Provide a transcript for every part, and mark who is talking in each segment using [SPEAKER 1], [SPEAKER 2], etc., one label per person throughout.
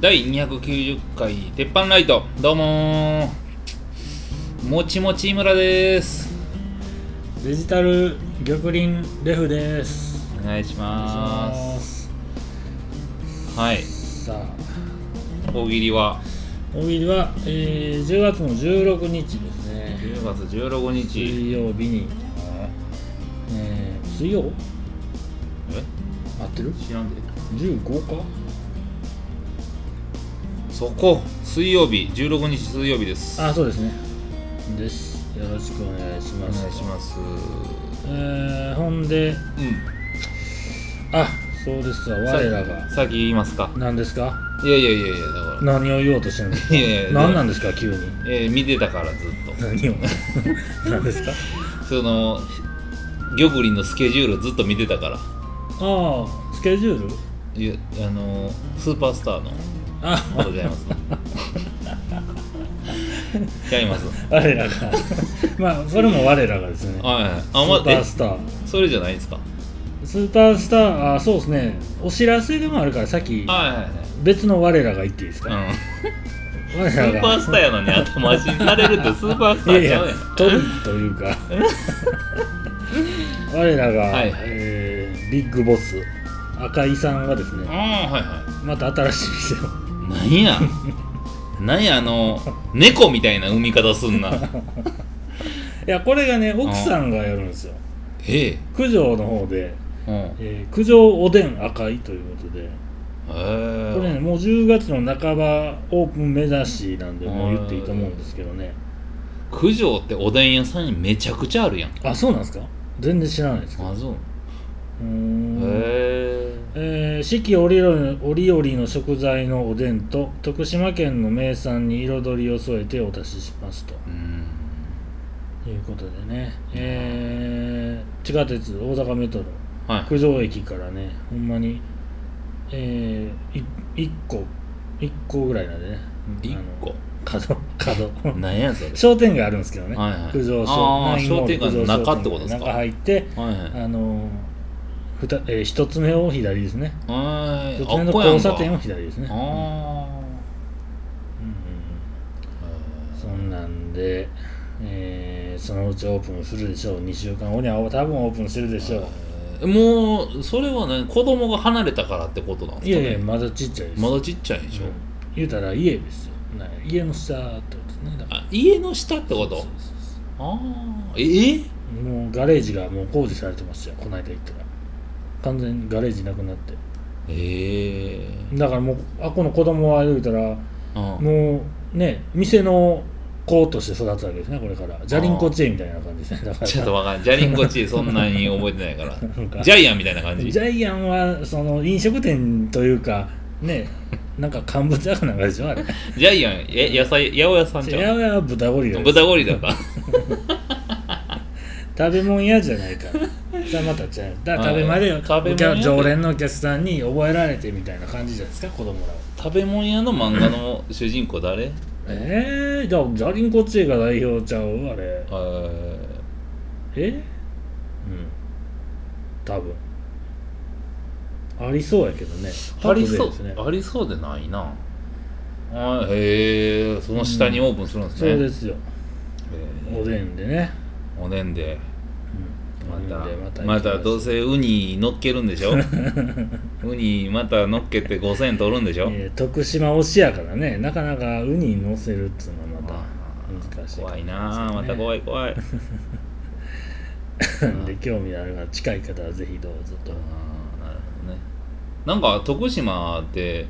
[SPEAKER 1] 第290回鉄板ライトどうもーもちもち井村です
[SPEAKER 2] デジタル玉林レフです。
[SPEAKER 1] お願いしますはい
[SPEAKER 2] さあ、
[SPEAKER 1] 大喜利は
[SPEAKER 2] 大喜利は、えー10月の16日ですね。
[SPEAKER 1] 10月16日
[SPEAKER 2] 水曜日に、えー水曜
[SPEAKER 1] え
[SPEAKER 2] 合ってる
[SPEAKER 1] 知らんで
[SPEAKER 2] ?15 か
[SPEAKER 1] そこ水曜日16日水曜日です
[SPEAKER 2] あ、そうですね。です。よろしくお願いし
[SPEAKER 1] お
[SPEAKER 2] ます。
[SPEAKER 1] 願いします
[SPEAKER 2] えーほんで、
[SPEAKER 1] う
[SPEAKER 2] あ、そうですわ、
[SPEAKER 1] ん
[SPEAKER 2] 我らが。
[SPEAKER 1] さ先言いますか
[SPEAKER 2] 何ですか
[SPEAKER 1] いやいやいやいやだから
[SPEAKER 2] 何を言おうとしてるんですか
[SPEAKER 1] いやいや
[SPEAKER 2] 何なんですか急に。
[SPEAKER 1] えー見てたからずっと
[SPEAKER 2] 何 を何です か
[SPEAKER 1] その玉林のスケジュールずっと見てたから
[SPEAKER 2] ああ、スケジュール
[SPEAKER 1] いやあのスーパースターの
[SPEAKER 2] あ
[SPEAKER 1] あ違います違います
[SPEAKER 2] 我らがまあそれも我らがですね
[SPEAKER 1] はいはいあ
[SPEAKER 2] スーパ
[SPEAKER 1] ま
[SPEAKER 2] ー
[SPEAKER 1] え
[SPEAKER 2] スター
[SPEAKER 1] それじゃないですか
[SPEAKER 2] スーパースターあそうですねお知らせでもあるからさっき
[SPEAKER 1] はいはい
[SPEAKER 2] 別の我らが言っていいですか、
[SPEAKER 1] はい、うん、
[SPEAKER 2] 我
[SPEAKER 1] ス
[SPEAKER 2] らが
[SPEAKER 1] ーパースターやのに後回しにされるってスーパースター
[SPEAKER 2] い
[SPEAKER 1] ち
[SPEAKER 2] やい
[SPEAKER 1] ゃ
[SPEAKER 2] や
[SPEAKER 1] うやん
[SPEAKER 2] 取るとい うか我らが、
[SPEAKER 1] はい
[SPEAKER 2] えービッグボス赤井さんがですね
[SPEAKER 1] うんはいは
[SPEAKER 2] また新しい店を
[SPEAKER 1] いなんやなんやあの猫みたいな産み方すんな
[SPEAKER 2] いやこれがね奥さんがやるんですよ
[SPEAKER 1] ええ
[SPEAKER 2] 九条の方で、
[SPEAKER 1] うん
[SPEAKER 2] えー九条おでん赤井ということで
[SPEAKER 1] え
[SPEAKER 2] これねもう10月の半ばオープン目指しなんでもう言っていいと思うんですけどね
[SPEAKER 1] 九条っておでん屋さんにめちゃくちゃあるやん
[SPEAKER 2] あそうなんですか全然知らないですか
[SPEAKER 1] あそう
[SPEAKER 2] う
[SPEAKER 1] へ
[SPEAKER 2] ーん
[SPEAKER 1] え
[SPEAKER 2] えー四季折々折々の食材のおでんと徳島県の名産に彩りを添えてお出ししますと
[SPEAKER 1] うん
[SPEAKER 2] いうことでね、えー地下鉄大阪メトロ
[SPEAKER 1] はい
[SPEAKER 2] 九条駅からねほんまに、え1個1個ぐらいなんでね
[SPEAKER 1] 一個
[SPEAKER 2] 角角
[SPEAKER 1] 何やそれ
[SPEAKER 2] 商店街あるんですけどね、
[SPEAKER 1] はいはい
[SPEAKER 2] 九条
[SPEAKER 1] あー
[SPEAKER 2] ナインモール
[SPEAKER 1] 商店街の中ってことですか
[SPEAKER 2] 九条商店街の中入って、
[SPEAKER 1] はいはい
[SPEAKER 2] あのーふたえー一つ目を左ですね
[SPEAKER 1] はい
[SPEAKER 2] 一つ目の交差点を左ですね
[SPEAKER 1] あ
[SPEAKER 2] うんうんうん
[SPEAKER 1] ー
[SPEAKER 2] そんなんで、えーそのうちオープンするでしょう2週間後には多分オープンするでしょう
[SPEAKER 1] えーもうそれはね子供が離れたからってことなん
[SPEAKER 2] い
[SPEAKER 1] です
[SPEAKER 2] や
[SPEAKER 1] か、ね、
[SPEAKER 2] いやまだちっちゃいです
[SPEAKER 1] まだちっちゃいでしょ、
[SPEAKER 2] うん言うたら家ですよな家の下ってことですねだから
[SPEAKER 1] あ家の下ってこ
[SPEAKER 2] そう
[SPEAKER 1] と
[SPEAKER 2] そうそうそ
[SPEAKER 1] ああええ
[SPEAKER 2] うもうガレージがもう工事されてましたよこの間行ったら完全にガレージなくなって
[SPEAKER 1] ええ
[SPEAKER 2] だからもうあこの子供は言うたら
[SPEAKER 1] あ
[SPEAKER 2] もうね店の子として育つわけですねこれからじゃりんこ知恵みたいな感じですねだから
[SPEAKER 1] ちょっとわかんないジャリンコチそんなに覚えてない か
[SPEAKER 2] なん
[SPEAKER 1] ら
[SPEAKER 2] か
[SPEAKER 1] ジャイアンみたいな感じ
[SPEAKER 2] ジャイアンはその飲食店というか ねなんか乾物屋かなんかでしょあれ
[SPEAKER 1] ジャイアンえ野菜八百屋さん
[SPEAKER 2] じ
[SPEAKER 1] じ
[SPEAKER 2] ゃあや
[SPEAKER 1] ゃん
[SPEAKER 2] はや豚ゴリラです
[SPEAKER 1] 豚ゴリラか
[SPEAKER 2] 食べ物屋じゃない からじゃあまたちゃうだから食べまでよ
[SPEAKER 1] あ食べ物屋
[SPEAKER 2] お客常連のお客さんに覚えられてみたいな感じじゃないですか子供らは
[SPEAKER 1] 食べ物屋の漫画の主人公誰え
[SPEAKER 2] えー、じゃあじゃりんこ知恵が代表ちゃうあれ
[SPEAKER 1] ー
[SPEAKER 2] えうん多分ありそうやけど
[SPEAKER 1] あ
[SPEAKER 2] ね
[SPEAKER 1] りそ
[SPEAKER 2] パッと出るんですね
[SPEAKER 1] う、ありそうでないな。あへえ、その下にオープンするんです
[SPEAKER 2] そうで
[SPEAKER 1] ね。
[SPEAKER 2] すよ
[SPEAKER 1] へ
[SPEAKER 2] お
[SPEAKER 1] ー
[SPEAKER 2] でんでね、
[SPEAKER 1] おでんで。ま
[SPEAKER 2] うんおでんで
[SPEAKER 1] た、
[SPEAKER 2] 行
[SPEAKER 1] ま
[SPEAKER 2] きす
[SPEAKER 1] たどうせウニ乗っけるんで しょウニまた乗っけて5000円取るんでしょ
[SPEAKER 2] えー徳島推しやからねなかなかウニに乗せるっつうのはま
[SPEAKER 1] あ
[SPEAKER 2] た難しい
[SPEAKER 1] 怖いなあまた怖い怖い。
[SPEAKER 2] なんで興味あるが近い方はぜひどうぞと
[SPEAKER 1] あーなるほどね。なんか徳島って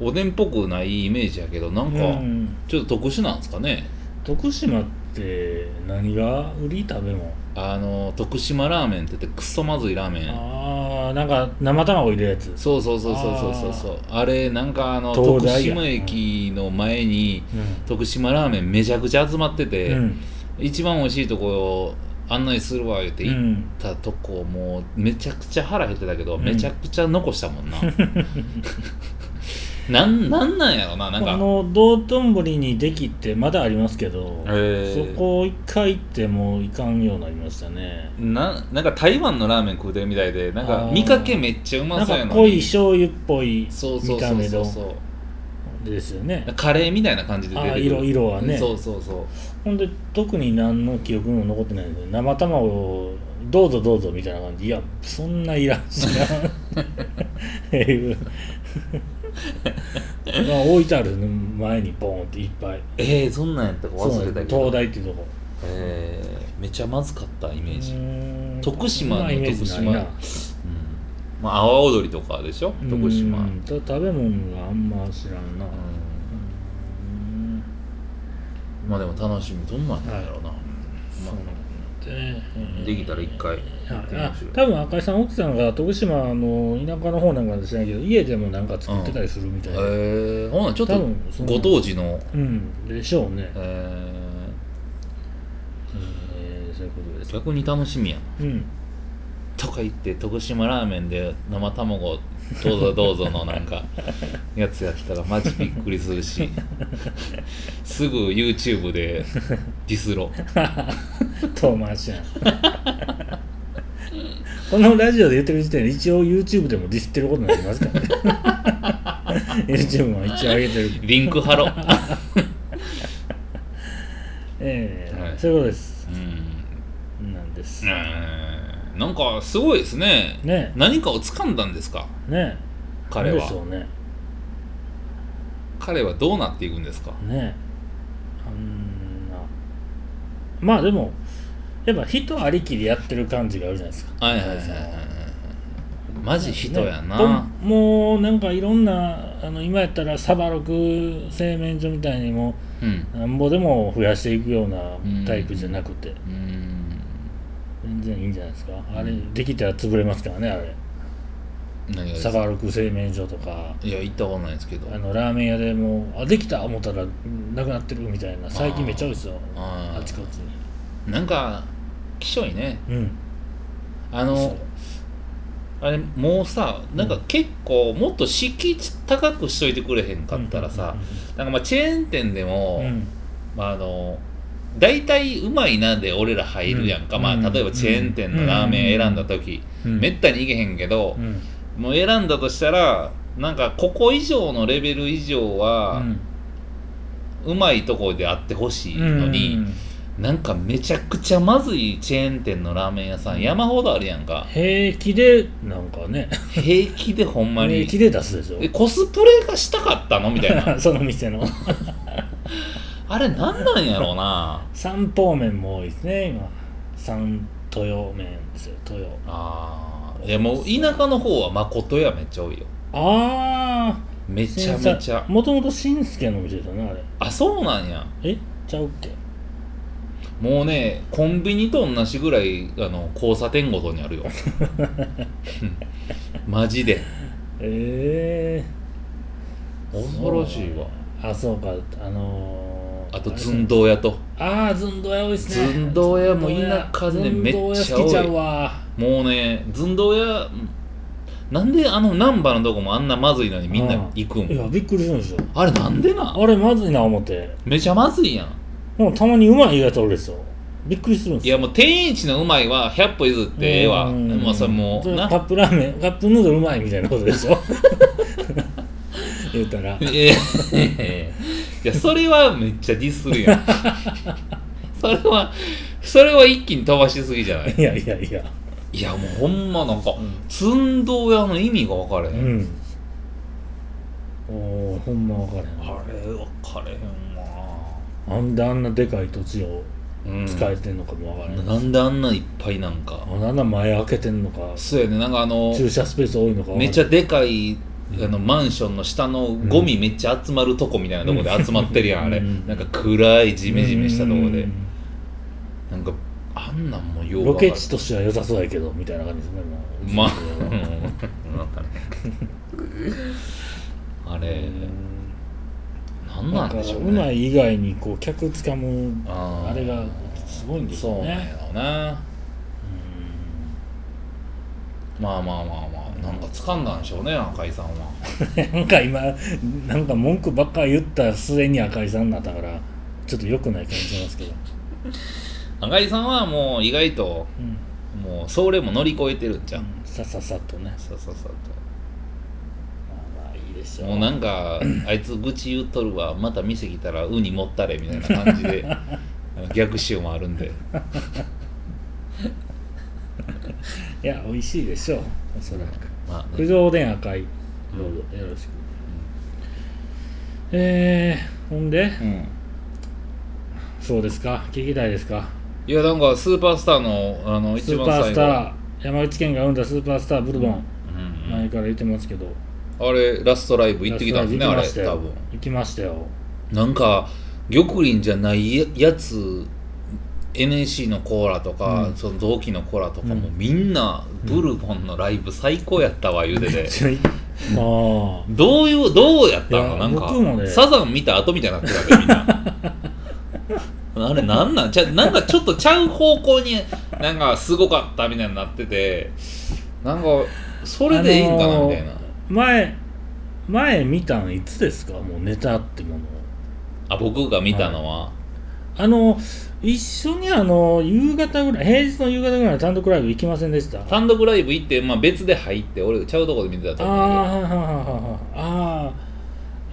[SPEAKER 1] おでんっぽくないイメージやけど、なんか
[SPEAKER 2] うん
[SPEAKER 1] ちょっと特殊なんですかね。
[SPEAKER 2] 徳島って何が売り食べ物
[SPEAKER 1] あの、徳島ラーメンって言ってクソまずいラーメン。
[SPEAKER 2] ああなんか生卵入れるやつ
[SPEAKER 1] そうそうそうそうそうそうそうあれなんかあの
[SPEAKER 2] 東
[SPEAKER 1] 徳
[SPEAKER 2] 大や
[SPEAKER 1] 島駅の前に
[SPEAKER 2] う
[SPEAKER 1] 徳島ラーメンめちゃくちゃ集まってて、
[SPEAKER 2] ん、
[SPEAKER 1] 一番美味しいとこを案内するわ言って
[SPEAKER 2] う
[SPEAKER 1] 行っ
[SPEAKER 2] ん、
[SPEAKER 1] たとこもうめちゃくちゃ腹減ってたけど、
[SPEAKER 2] うん
[SPEAKER 1] めちゃくちゃ残したも んななんなんなんやろななん
[SPEAKER 2] あ
[SPEAKER 1] か
[SPEAKER 2] の道頓堀にできてまだありますけど、
[SPEAKER 1] へー
[SPEAKER 2] そこ一回行ってもういかんようになりましたね
[SPEAKER 1] ななんか台湾のラーメン食うてるみたいでなん
[SPEAKER 2] あ
[SPEAKER 1] か
[SPEAKER 2] ー
[SPEAKER 1] 見かけめっちゃう
[SPEAKER 2] な
[SPEAKER 1] ま
[SPEAKER 2] ん
[SPEAKER 1] そうや
[SPEAKER 2] か
[SPEAKER 1] の
[SPEAKER 2] 濃い
[SPEAKER 1] に
[SPEAKER 2] 醤油っぽい
[SPEAKER 1] そうそ
[SPEAKER 2] 見
[SPEAKER 1] う
[SPEAKER 2] た
[SPEAKER 1] そう
[SPEAKER 2] 目
[SPEAKER 1] そう
[SPEAKER 2] の
[SPEAKER 1] そう
[SPEAKER 2] ですよね
[SPEAKER 1] カレーみたいな感じで出てくる
[SPEAKER 2] あ色色はね
[SPEAKER 1] そうそうそう
[SPEAKER 2] ほんで特に何の記憶も残ってないんで生卵をどうぞどうぞみたいな感じいやそんないらんしな っていうまあ置いてあるね前にボーンっていっぱい
[SPEAKER 1] えー、そんなんやったか
[SPEAKER 2] そう
[SPEAKER 1] 忘
[SPEAKER 2] な
[SPEAKER 1] れ
[SPEAKER 2] ん
[SPEAKER 1] た
[SPEAKER 2] で
[SPEAKER 1] け
[SPEAKER 2] す東
[SPEAKER 1] ど
[SPEAKER 2] 大っていうとこ
[SPEAKER 1] えー、めちゃまずかったイメージ、
[SPEAKER 2] う
[SPEAKER 1] うん
[SPEAKER 2] ーん
[SPEAKER 1] 徳島の
[SPEAKER 2] そんなイメージないな
[SPEAKER 1] まあ阿波踊りとかでしょ徳島、
[SPEAKER 2] うんた食べ物があんま知らんな、
[SPEAKER 1] うん
[SPEAKER 2] うん
[SPEAKER 1] まあでも楽しみどんなんやろうな、
[SPEAKER 2] そうなんだね
[SPEAKER 1] うんできたら一回行ってみ
[SPEAKER 2] あ
[SPEAKER 1] ましょう
[SPEAKER 2] 多分赤井さん奥さんが徳島の田舎の方なんかで知らないけど家でもなんか作ってたりするみたいな、うん
[SPEAKER 1] えー、ほなちょっ
[SPEAKER 2] 多
[SPEAKER 1] と
[SPEAKER 2] 分そんな
[SPEAKER 1] ご当地の
[SPEAKER 2] でしょうね、
[SPEAKER 1] え
[SPEAKER 2] えーそういうことで
[SPEAKER 1] ー、
[SPEAKER 2] す
[SPEAKER 1] 逆に楽しみやな
[SPEAKER 2] うん
[SPEAKER 1] とか言って徳島ラーメンで生卵どうぞどうぞの なんかやつやったらマジびっくりするしすぐ YouTube でディスろ
[SPEAKER 2] 遠回しやん このラジオで言ってる時点で一応 YouTube でもディスってることになりますからね YouTube も一応上げてる
[SPEAKER 1] リンク貼ろう
[SPEAKER 2] ええ
[SPEAKER 1] はい
[SPEAKER 2] そういうことです
[SPEAKER 1] うん
[SPEAKER 2] なんです、
[SPEAKER 1] うんなんかすごいですね
[SPEAKER 2] ね
[SPEAKER 1] 何かを掴んだんですか
[SPEAKER 2] ね
[SPEAKER 1] 彼
[SPEAKER 2] なんでしょ
[SPEAKER 1] は
[SPEAKER 2] うね
[SPEAKER 1] 彼はどうなっていくんですか
[SPEAKER 2] ねあんなまあでもやっぱ人ありきでやってる感じがあるじゃないですか
[SPEAKER 1] はいはいはいはいはいマジ人や
[SPEAKER 2] ね
[SPEAKER 1] な、
[SPEAKER 2] ともうなんかいろんなあの今やったらサバロク製麺所みたいにも
[SPEAKER 1] うん
[SPEAKER 2] なんぼでも増やしていくようなタイプじゃなくて
[SPEAKER 1] うん
[SPEAKER 2] 全然いいんじゃないですかあれ
[SPEAKER 1] うん
[SPEAKER 2] できたら潰れますからねあれ
[SPEAKER 1] 何がです
[SPEAKER 2] サ
[SPEAKER 1] か
[SPEAKER 2] バロク製麺所とか
[SPEAKER 1] いや行ったことないですけど
[SPEAKER 2] あのラーメン屋でもうあできた思ったらうんなくなってるみたいな最近めっちゃ多いですよ
[SPEAKER 1] あー
[SPEAKER 2] あちこちに
[SPEAKER 1] なんかきしょいね
[SPEAKER 2] うん
[SPEAKER 1] あ
[SPEAKER 2] そう
[SPEAKER 1] のあれもうさなんか結構もっと敷地高くしといてくれへんかったらさ、なんかまあチェーン店でも、
[SPEAKER 2] うんうんうんうん
[SPEAKER 1] まあ、あの大体うまいなで俺ら入るやんか、
[SPEAKER 2] うん
[SPEAKER 1] まあ、
[SPEAKER 2] うん
[SPEAKER 1] 例えばチェーン店のラーメン選んだ時、
[SPEAKER 2] うん
[SPEAKER 1] めったにいけへんけど
[SPEAKER 2] う、ん
[SPEAKER 1] もう選んだとしたらなんかここ以上のレベル以上は、うまいとこであってほしいのに、
[SPEAKER 2] うん
[SPEAKER 1] なんかめちゃくちゃまずいチェーン店のラーメン屋さん山ほどあるやん か
[SPEAKER 2] 平気でなんかね
[SPEAKER 1] 平気でほんま
[SPEAKER 2] 平
[SPEAKER 1] に
[SPEAKER 2] 気で出すでしょ
[SPEAKER 1] えコスプレがしたかったのみたい な
[SPEAKER 2] その店の
[SPEAKER 1] あれなんなんやろうな
[SPEAKER 2] 三方面も多いですね今三豊麺ですよ豊
[SPEAKER 1] あーいやもう田舎の方は誠屋めっちゃ多いよ
[SPEAKER 2] あ
[SPEAKER 1] め
[SPEAKER 2] あ
[SPEAKER 1] ちゃめちゃ
[SPEAKER 2] もともと新助の店だなあれ
[SPEAKER 1] あそうなんや
[SPEAKER 2] えちゃうっけ
[SPEAKER 1] もうねコンビニと同じぐらいあの交差点ごとにある ようんマジで
[SPEAKER 2] ええ
[SPEAKER 1] 恐ろしいわ
[SPEAKER 2] あそうかあのー
[SPEAKER 1] あと寸胴屋と
[SPEAKER 2] ああ、ずんどや多いですね。
[SPEAKER 1] 寸胴屋も田舎でめっちゃ多い
[SPEAKER 2] ずんどや好きちゃうわ。
[SPEAKER 1] もうね寸胴屋なんであの難波のとこもあんなまずいのにみんな行く
[SPEAKER 2] い
[SPEAKER 1] ん
[SPEAKER 2] や、びっくりするんですよ。
[SPEAKER 1] あれなんでな
[SPEAKER 2] あれ、まずいな、思って。
[SPEAKER 1] めちゃまずいやん
[SPEAKER 2] でも、たまにうまいやつおるですよ。びっくりするんです
[SPEAKER 1] い
[SPEAKER 2] よ。
[SPEAKER 1] やもう天一のうまいは100歩譲ってええわ
[SPEAKER 2] うん
[SPEAKER 1] まあそれもう
[SPEAKER 2] れ
[SPEAKER 1] な
[SPEAKER 2] カップラーメン、カップヌードルうまいみたいなことでしょ。言うたら。
[SPEAKER 1] ええいやそれはめっちゃディスるやん それはそれは一気に飛ばしすぎじゃない
[SPEAKER 2] いやいやいや。
[SPEAKER 1] いやもうほんまなんか
[SPEAKER 2] ん
[SPEAKER 1] 寸胴屋の意味が分からへ、
[SPEAKER 2] うんん。おー、ほんま分からへん
[SPEAKER 1] あれ分からへんわ
[SPEAKER 2] わ。なんであんなでかい土地を
[SPEAKER 1] うん
[SPEAKER 2] 使えてんのかも分からへん。
[SPEAKER 1] なんであんないっぱいなんか
[SPEAKER 2] あんな前開けてんのか、
[SPEAKER 1] そうやねなんかあの
[SPEAKER 2] 駐車スペース多いのか分からへん
[SPEAKER 1] めっちゃでかいあのマンションの下のゴミめっちゃ集まるとこみたいなとこで集まってるやん、
[SPEAKER 2] うん
[SPEAKER 1] あれ
[SPEAKER 2] うん
[SPEAKER 1] なんか暗いジメジメしたとこで
[SPEAKER 2] うん
[SPEAKER 1] なんかあんなんもよう
[SPEAKER 2] ロ
[SPEAKER 1] わから
[SPEAKER 2] ケ
[SPEAKER 1] ん
[SPEAKER 2] 地としては良さそうやけどみたいな感じですね
[SPEAKER 1] まあ
[SPEAKER 2] う
[SPEAKER 1] うんなんかねあれなん
[SPEAKER 2] な
[SPEAKER 1] なんん
[SPEAKER 2] か
[SPEAKER 1] でしょ
[SPEAKER 2] う
[SPEAKER 1] うね
[SPEAKER 2] まい以外にこう客つかむ
[SPEAKER 1] あー
[SPEAKER 2] あれがすごいんです
[SPEAKER 1] そ
[SPEAKER 2] よ
[SPEAKER 1] うなんや
[SPEAKER 2] ね
[SPEAKER 1] ろうなまあまあまあまあなんか掴んだんでしょうね赤井さんは
[SPEAKER 2] なんか今なんか文句ばっか言った末に赤井さんになったからちょっと良くない感じしますけど、
[SPEAKER 1] 赤井さんはもう意外と
[SPEAKER 2] うん
[SPEAKER 1] もうそれも乗り越えてるんじゃん、
[SPEAKER 2] さささっとね
[SPEAKER 1] そうそうそう
[SPEAKER 2] まあまあいいでですよ
[SPEAKER 1] もうなん かあいつ愚痴言っとるわまた店来たらウニ持ったれみたいな感じ であの逆襲もあるんで
[SPEAKER 2] いや美味しいでしょうおそらく
[SPEAKER 1] まあ、
[SPEAKER 2] 九
[SPEAKER 1] ね、
[SPEAKER 2] 条おでん赤いど
[SPEAKER 1] うん
[SPEAKER 2] うぞよろしく、えー、ほんで
[SPEAKER 1] うん
[SPEAKER 2] そうですか聞きたいですか
[SPEAKER 1] いやなんかスーパースターのあの一
[SPEAKER 2] スー
[SPEAKER 1] 番
[SPEAKER 2] パー
[SPEAKER 1] 最後
[SPEAKER 2] スター山口県が生んだスーパースターブルボン、
[SPEAKER 1] うんうん
[SPEAKER 2] 前から言ってますけど
[SPEAKER 1] あれラストライブ行ってきたんですねあ
[SPEAKER 2] ラ
[SPEAKER 1] れ
[SPEAKER 2] ストライ
[SPEAKER 1] 多
[SPEAKER 2] ブ
[SPEAKER 1] 分
[SPEAKER 2] 行きましたよ行きま
[SPEAKER 1] な
[SPEAKER 2] し
[SPEAKER 1] んか玉林じゃないややつ NSC のコーラとか、
[SPEAKER 2] うん
[SPEAKER 1] その同期のコーラとかも、
[SPEAKER 2] うん
[SPEAKER 1] みんなブルボンのライブ最高やったわ言うて て
[SPEAKER 2] たよああ
[SPEAKER 1] どういうどうやった
[SPEAKER 2] い
[SPEAKER 1] の
[SPEAKER 2] や
[SPEAKER 1] なんか、
[SPEAKER 2] 僕もね
[SPEAKER 1] サザン見た後みたいになってたでみんな あれなんなんちゃなんかちょっとちゃう方向になんかすごかったみたいになっててなんかそれでいいんかなみたいな、
[SPEAKER 2] あのー前前見たんいつですかもうネタってものを
[SPEAKER 1] あ僕が見たのは、
[SPEAKER 2] あの一緒にあの夕方ぐらい平日の夕方ぐらいの単独ライブ行きませんでした
[SPEAKER 1] 単独ライブ行って、まあ、別で入って俺ちゃうとこで見てた
[SPEAKER 2] あ
[SPEAKER 1] と思
[SPEAKER 2] あ
[SPEAKER 1] うんだけど
[SPEAKER 2] はいはいはいはいあ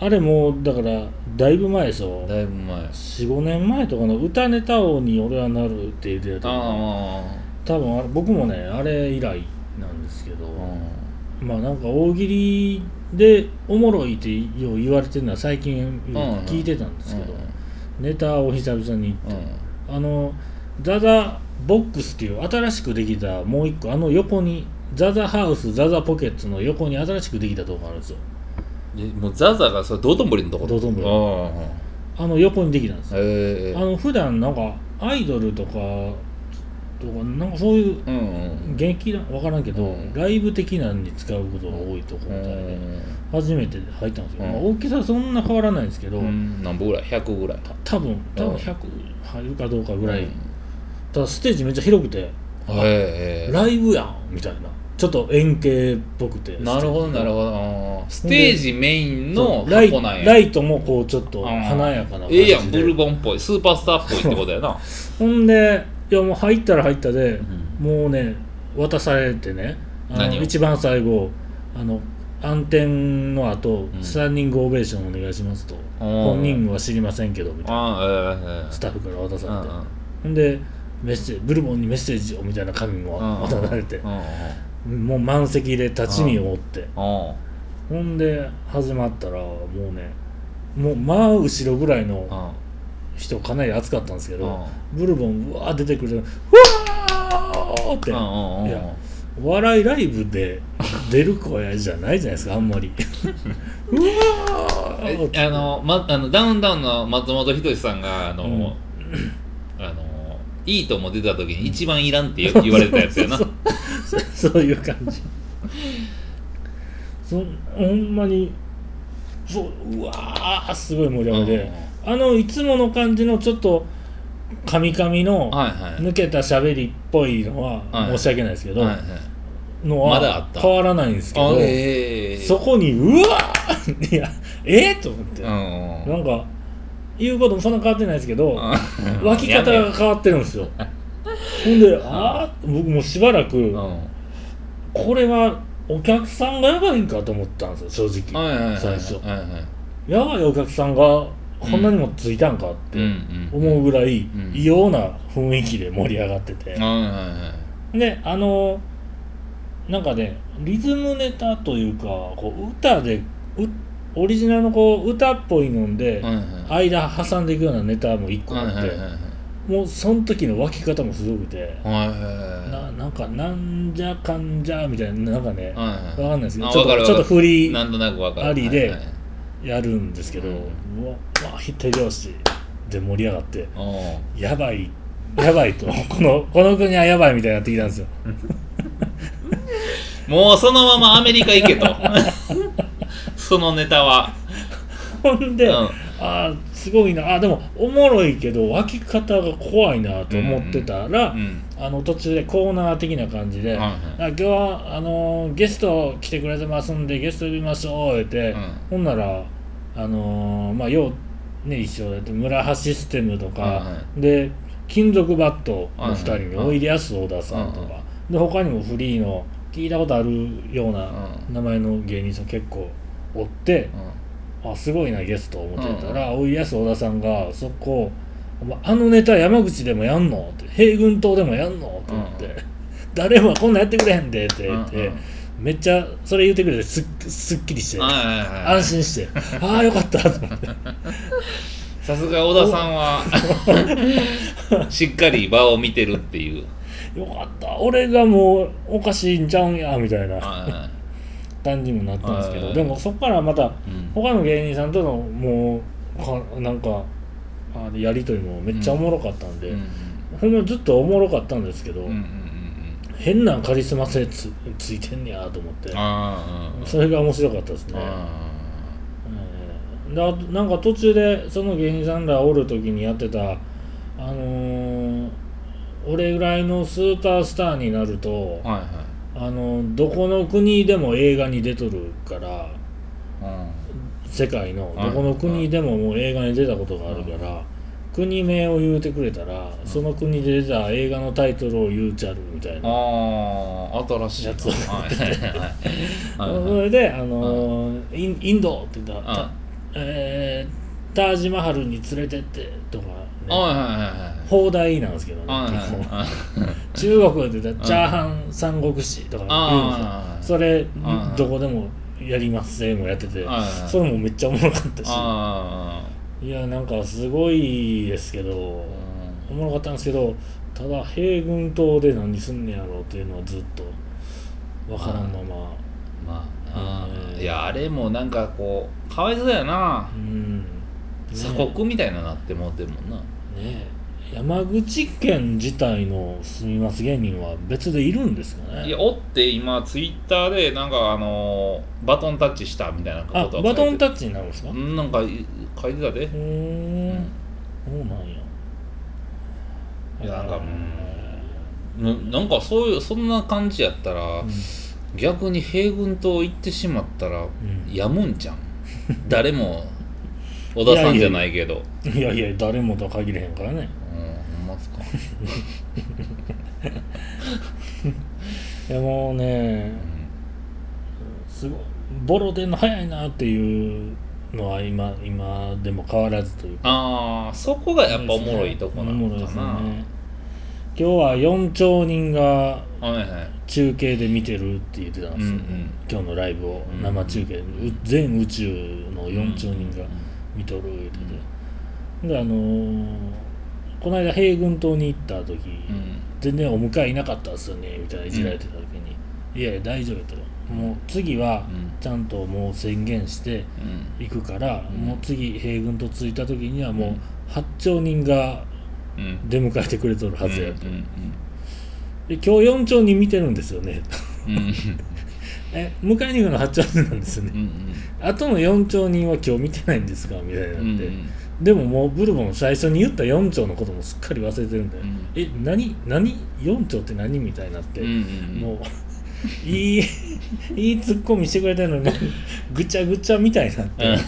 [SPEAKER 2] ああれもうだからだいぶ前でしょ
[SPEAKER 1] だいぶ前あ
[SPEAKER 2] 45年前とかの歌ネタ王に俺はなるって言ってた時
[SPEAKER 1] あ
[SPEAKER 2] 多分あれ僕もねあれ以来なんですけど、
[SPEAKER 1] ああ
[SPEAKER 2] まあなんか大喜利でおもろいってよう言われてるのは最近
[SPEAKER 1] ん
[SPEAKER 2] 聞いてたんですけど、
[SPEAKER 1] うん
[SPEAKER 2] ネタを久々に
[SPEAKER 1] うん
[SPEAKER 2] あのザザボックスっていう新しくできたもう一個あの横にザザハウスザザポケッツの横に新しくできたとこがあるんですよ
[SPEAKER 1] えもうザザがそれ道頓堀のとこ
[SPEAKER 2] 道頓堀
[SPEAKER 1] あ
[SPEAKER 2] あの横にできたんです
[SPEAKER 1] あ
[SPEAKER 2] よ
[SPEAKER 1] へえ
[SPEAKER 2] あの普段なんかアイドルとかとかなんかそういう
[SPEAKER 1] うんうん
[SPEAKER 2] 劇団分からんけど、
[SPEAKER 1] うん
[SPEAKER 2] ライブ的なんに使うことが多いとこ
[SPEAKER 1] う
[SPEAKER 2] みたいで
[SPEAKER 1] ん
[SPEAKER 2] 初めて入ったんですよ、
[SPEAKER 1] うん
[SPEAKER 2] まあ大きさそんな変わらないんですけど、
[SPEAKER 1] うん何本ぐらい100ぐらい
[SPEAKER 2] た多分多
[SPEAKER 1] うん
[SPEAKER 2] 分100入るかどうかぐらい、
[SPEAKER 1] うん
[SPEAKER 2] ただステージめっちゃ広くてあ
[SPEAKER 1] へえ
[SPEAKER 2] ライブやんみたいなちょっと円形っぽくて
[SPEAKER 1] なるほどなる
[SPEAKER 2] ほ
[SPEAKER 1] ほどああステージメインの
[SPEAKER 2] ライ
[SPEAKER 1] 箱なん
[SPEAKER 2] ラ
[SPEAKER 1] や
[SPEAKER 2] イトもこうちょっと華やかな感
[SPEAKER 1] え
[SPEAKER 2] じで
[SPEAKER 1] えやんブルボンっぽいスーパースターっぽいってことやな
[SPEAKER 2] ほんでいやもう入ったら入ったで、
[SPEAKER 1] ん
[SPEAKER 2] もうね渡されてねあ
[SPEAKER 1] 何
[SPEAKER 2] の
[SPEAKER 1] を
[SPEAKER 2] 一番最後あの暗転の後、
[SPEAKER 1] ん
[SPEAKER 2] スタンディングオベーションお願いしますと本人は知りませんけどみたいな
[SPEAKER 1] ああええええ
[SPEAKER 2] スタッフから渡さ
[SPEAKER 1] うん
[SPEAKER 2] れて
[SPEAKER 1] うん
[SPEAKER 2] ほんでメッセージブルボンにメッセージをみたいな紙も
[SPEAKER 1] うん
[SPEAKER 2] 渡されて
[SPEAKER 1] う、んうん
[SPEAKER 2] もう満席で立ち見を追って、
[SPEAKER 1] うん
[SPEAKER 2] ほんで始まったらもうねもう真後ろぐらいの人かなり熱かったんですけ
[SPEAKER 1] うん
[SPEAKER 2] ど、ブルボンうわー出てくるうわーって、
[SPEAKER 1] うんうんうん
[SPEAKER 2] いや笑いライブで出る声じゃないじゃないですかあんま りうわーって
[SPEAKER 1] えあの,、ま、あのダウンタウンの松本人志さんがあの、
[SPEAKER 2] うん
[SPEAKER 1] あの「いいとも」出た時に一番いらんってよく言われてたやつやな
[SPEAKER 2] そうそうそういう感じそほんまにそううわーすごい盛り上がりで、あのいつもの感じのちょっとカミカミの
[SPEAKER 1] はいはい
[SPEAKER 2] 抜けた喋りっぽいの
[SPEAKER 1] は
[SPEAKER 2] はい申し訳ないですけど、
[SPEAKER 1] はいはい
[SPEAKER 2] の
[SPEAKER 1] まだあ
[SPEAKER 2] は
[SPEAKER 1] った
[SPEAKER 2] 変わらないんですけ
[SPEAKER 1] あ
[SPEAKER 2] ど、
[SPEAKER 1] ええ
[SPEAKER 2] そこにうわーいやえー、と思って、
[SPEAKER 1] うんうん
[SPEAKER 2] なんか言うこともそんな変わってないですけど、
[SPEAKER 1] うん
[SPEAKER 2] 湧き
[SPEAKER 1] や
[SPEAKER 2] 方
[SPEAKER 1] め
[SPEAKER 2] が
[SPEAKER 1] よ
[SPEAKER 2] 変わってるんですよほんであー僕もうしばらく、
[SPEAKER 1] うん
[SPEAKER 2] これはお客さんがやばいんかと思ったんですよ正直、
[SPEAKER 1] はいはいはい
[SPEAKER 2] 最初
[SPEAKER 1] はいはい
[SPEAKER 2] やばいお客さんがこんなにもついたんかって、
[SPEAKER 1] うんうん
[SPEAKER 2] 思うぐらい
[SPEAKER 1] うん
[SPEAKER 2] 異様な雰囲気で盛り上がってて、
[SPEAKER 1] はいはいはい
[SPEAKER 2] であのなんかねリズムネタというかこう歌でうオリジナルのこう歌っぽいので、
[SPEAKER 1] はいはい
[SPEAKER 2] 間挟んでいくようなネタも一個あ
[SPEAKER 1] はい
[SPEAKER 2] って、
[SPEAKER 1] はいはいはい
[SPEAKER 2] もうその時の湧き方もすごくて、
[SPEAKER 1] はい
[SPEAKER 2] ななんかなんじゃかんじゃみたいななんかね、
[SPEAKER 1] はい
[SPEAKER 2] わかんないですけど
[SPEAKER 1] あ
[SPEAKER 2] ちょっ
[SPEAKER 1] わかる
[SPEAKER 2] と
[SPEAKER 1] わか
[SPEAKER 2] ちょっ
[SPEAKER 1] る
[SPEAKER 2] と振り
[SPEAKER 1] なんとなくわかる
[SPEAKER 2] ありで
[SPEAKER 1] はいはい
[SPEAKER 2] やるんですけど、
[SPEAKER 1] う
[SPEAKER 2] うんわうわ手拍子で盛り上がって。
[SPEAKER 1] おう
[SPEAKER 2] やばいやばいと このこの国はやばいみたいになってきたんですよ
[SPEAKER 1] もうそのままアメリカ行け とそのネタは
[SPEAKER 2] ほんで、
[SPEAKER 1] うん
[SPEAKER 2] ああすごいなあでもおもろいけど湧き方が怖いなと思ってたら、
[SPEAKER 1] うん
[SPEAKER 2] あの途中でコーナー的な感じで、
[SPEAKER 1] はいはい
[SPEAKER 2] あ今日はあのーゲスト来てくれてますんでゲスト呼びましょう言って、
[SPEAKER 1] うん
[SPEAKER 2] ほんならあのーまあようね一緒やって村橋システムとか、
[SPEAKER 1] はいは
[SPEAKER 2] で金属バットの2人
[SPEAKER 1] はい
[SPEAKER 2] に
[SPEAKER 1] はい
[SPEAKER 2] おいでやす小田さんと
[SPEAKER 1] うんう
[SPEAKER 2] か、で他にもフリーの聞いたことあるような名前の芸人さん結構おって
[SPEAKER 1] う、ん
[SPEAKER 2] あすごいなゲスト思ってたら、おいやす小田さんがそこお前あのネタ山口でもやんのって平軍島でもやんのって言って、
[SPEAKER 1] うん
[SPEAKER 2] 誰もこんなんやってくれへんでって言って、
[SPEAKER 1] うんうん
[SPEAKER 2] めっちゃそれ言ってくれてすっすっきりして、
[SPEAKER 1] はいはいはい
[SPEAKER 2] 安心してああよかったと思 って
[SPEAKER 1] さすが小田さんは しっかり場を見てるっていう
[SPEAKER 2] よかった俺がもうおかしいんちゃうんやみたいな
[SPEAKER 1] はいはい
[SPEAKER 2] 感じにもなったんですけ
[SPEAKER 1] は
[SPEAKER 2] ど
[SPEAKER 1] い
[SPEAKER 2] でもそこからまた
[SPEAKER 1] うん
[SPEAKER 2] 他の芸人さんとのもうかなんかあのやり取りもめっちゃおもろかったんで、
[SPEAKER 1] うん
[SPEAKER 2] ほんまずっとおもろかったんですけど、
[SPEAKER 1] うんうんうんうん
[SPEAKER 2] 変なカリスマ性つついてんねやと思って
[SPEAKER 1] あー
[SPEAKER 2] それが面白かったです
[SPEAKER 1] あー
[SPEAKER 2] ね、
[SPEAKER 1] あ
[SPEAKER 2] えーであとなんか途中でその芸人さんらおる時にやってたあのー俺ぐらいのスーパースターになると
[SPEAKER 1] ーはい
[SPEAKER 2] あのどこの国でも映画に出とるから
[SPEAKER 1] はい
[SPEAKER 2] 世界の
[SPEAKER 1] はい
[SPEAKER 2] どこの国でももう映画に出たことがあるから国名を言うてくれたらその国で出た映画のタイトルを言うちゃるみたいな
[SPEAKER 1] うんああ新しいな
[SPEAKER 2] やつ
[SPEAKER 1] はいはいはいはい
[SPEAKER 2] そ
[SPEAKER 1] はい
[SPEAKER 2] れで、あのーインインドって言ったら、
[SPEAKER 1] うん
[SPEAKER 2] たえータージマハルに連れてってとか、ね、
[SPEAKER 1] はいはいはいはい
[SPEAKER 2] 放題なんですけどね、
[SPEAKER 1] はいはい
[SPEAKER 2] 結構
[SPEAKER 1] はい
[SPEAKER 2] 中国で言ったらチャー
[SPEAKER 1] うん
[SPEAKER 2] ハン三国志とか言うんですよ
[SPEAKER 1] あー
[SPEAKER 2] それ、
[SPEAKER 1] ん
[SPEAKER 2] どこでもやりますせもやってて、
[SPEAKER 1] はいはい
[SPEAKER 2] それもめっちゃおもろかったし
[SPEAKER 1] あ
[SPEAKER 2] いやなんかすごいですけど、
[SPEAKER 1] ーうん
[SPEAKER 2] おもろかったんですけどただ平軍島で何すんねやろうっていうのはずっとわからんまま、
[SPEAKER 1] まああー
[SPEAKER 2] うん
[SPEAKER 1] いやあれもなんかこうかわいそうやな
[SPEAKER 2] うん
[SPEAKER 1] 鎖
[SPEAKER 2] ね
[SPEAKER 1] 国みたいななってもうてるもんな
[SPEAKER 2] ねえ山口県自体の住みます芸人は別でいるんですかね
[SPEAKER 1] いやおって今ツイッターでなんかあのーバトンタッチしたみたいなこ
[SPEAKER 2] あ
[SPEAKER 1] と
[SPEAKER 2] バトンタ
[SPEAKER 1] ッ
[SPEAKER 2] ッチになるんですかう
[SPEAKER 1] なんかい書いてたで、
[SPEAKER 2] ー
[SPEAKER 1] うん
[SPEAKER 2] んそうなんや
[SPEAKER 1] いやなんかうんななんかそういうそんな感じやったら、
[SPEAKER 2] う
[SPEAKER 1] 逆に平軍島行ってしまったら、
[SPEAKER 2] ん
[SPEAKER 1] やむんじゃん誰も小田さんじゃないけど
[SPEAKER 2] んいやいや誰もとは限れへんからね
[SPEAKER 1] うんほんまっすか
[SPEAKER 2] いやもうね
[SPEAKER 1] うん
[SPEAKER 2] すごいボロ出んの早いなっていうのは今今でも変わらずというか
[SPEAKER 1] ああそこがやっぱおもろいとこな
[SPEAKER 2] おもろい
[SPEAKER 1] の
[SPEAKER 2] で
[SPEAKER 1] か
[SPEAKER 2] す
[SPEAKER 1] な、
[SPEAKER 2] ね今日は4兆人が
[SPEAKER 1] はいはい
[SPEAKER 2] 中継で見てるって言ってたんです
[SPEAKER 1] う
[SPEAKER 2] よ、
[SPEAKER 1] んうん
[SPEAKER 2] 今日のライブを
[SPEAKER 1] うん
[SPEAKER 2] 生中継、う全宇宙の4兆人が見とる言うてて、であのーこの間平軍島に行った時、
[SPEAKER 1] うん
[SPEAKER 2] 全然お迎えいなかったっすよねみたいないじられてた時に「いやいや大丈夫や」と「もう次は
[SPEAKER 1] うん
[SPEAKER 2] ちゃんともう宣言して
[SPEAKER 1] うん
[SPEAKER 2] 行くから、
[SPEAKER 1] うん
[SPEAKER 2] もう次平軍島着いた時にはも
[SPEAKER 1] ん
[SPEAKER 2] う8兆人が
[SPEAKER 1] うん
[SPEAKER 2] 出迎えてくれとるはずやと」
[SPEAKER 1] うん
[SPEAKER 2] で今日4兆人見てるんですよね」
[SPEAKER 1] うんうん
[SPEAKER 2] え迎えに行くの8兆人なんですよね
[SPEAKER 1] うんうん
[SPEAKER 2] あとの4兆人は今日見てないんですかみたいになって、
[SPEAKER 1] うんうん
[SPEAKER 2] でももうブルボン最初に言った4兆のこともすっかり忘れてるんだよ、
[SPEAKER 1] うん
[SPEAKER 2] え何何4兆って何みたいになって、
[SPEAKER 1] うん
[SPEAKER 2] もういいいいツッコミしてくれてるのにぐちゃぐちゃみたいになって、
[SPEAKER 1] うん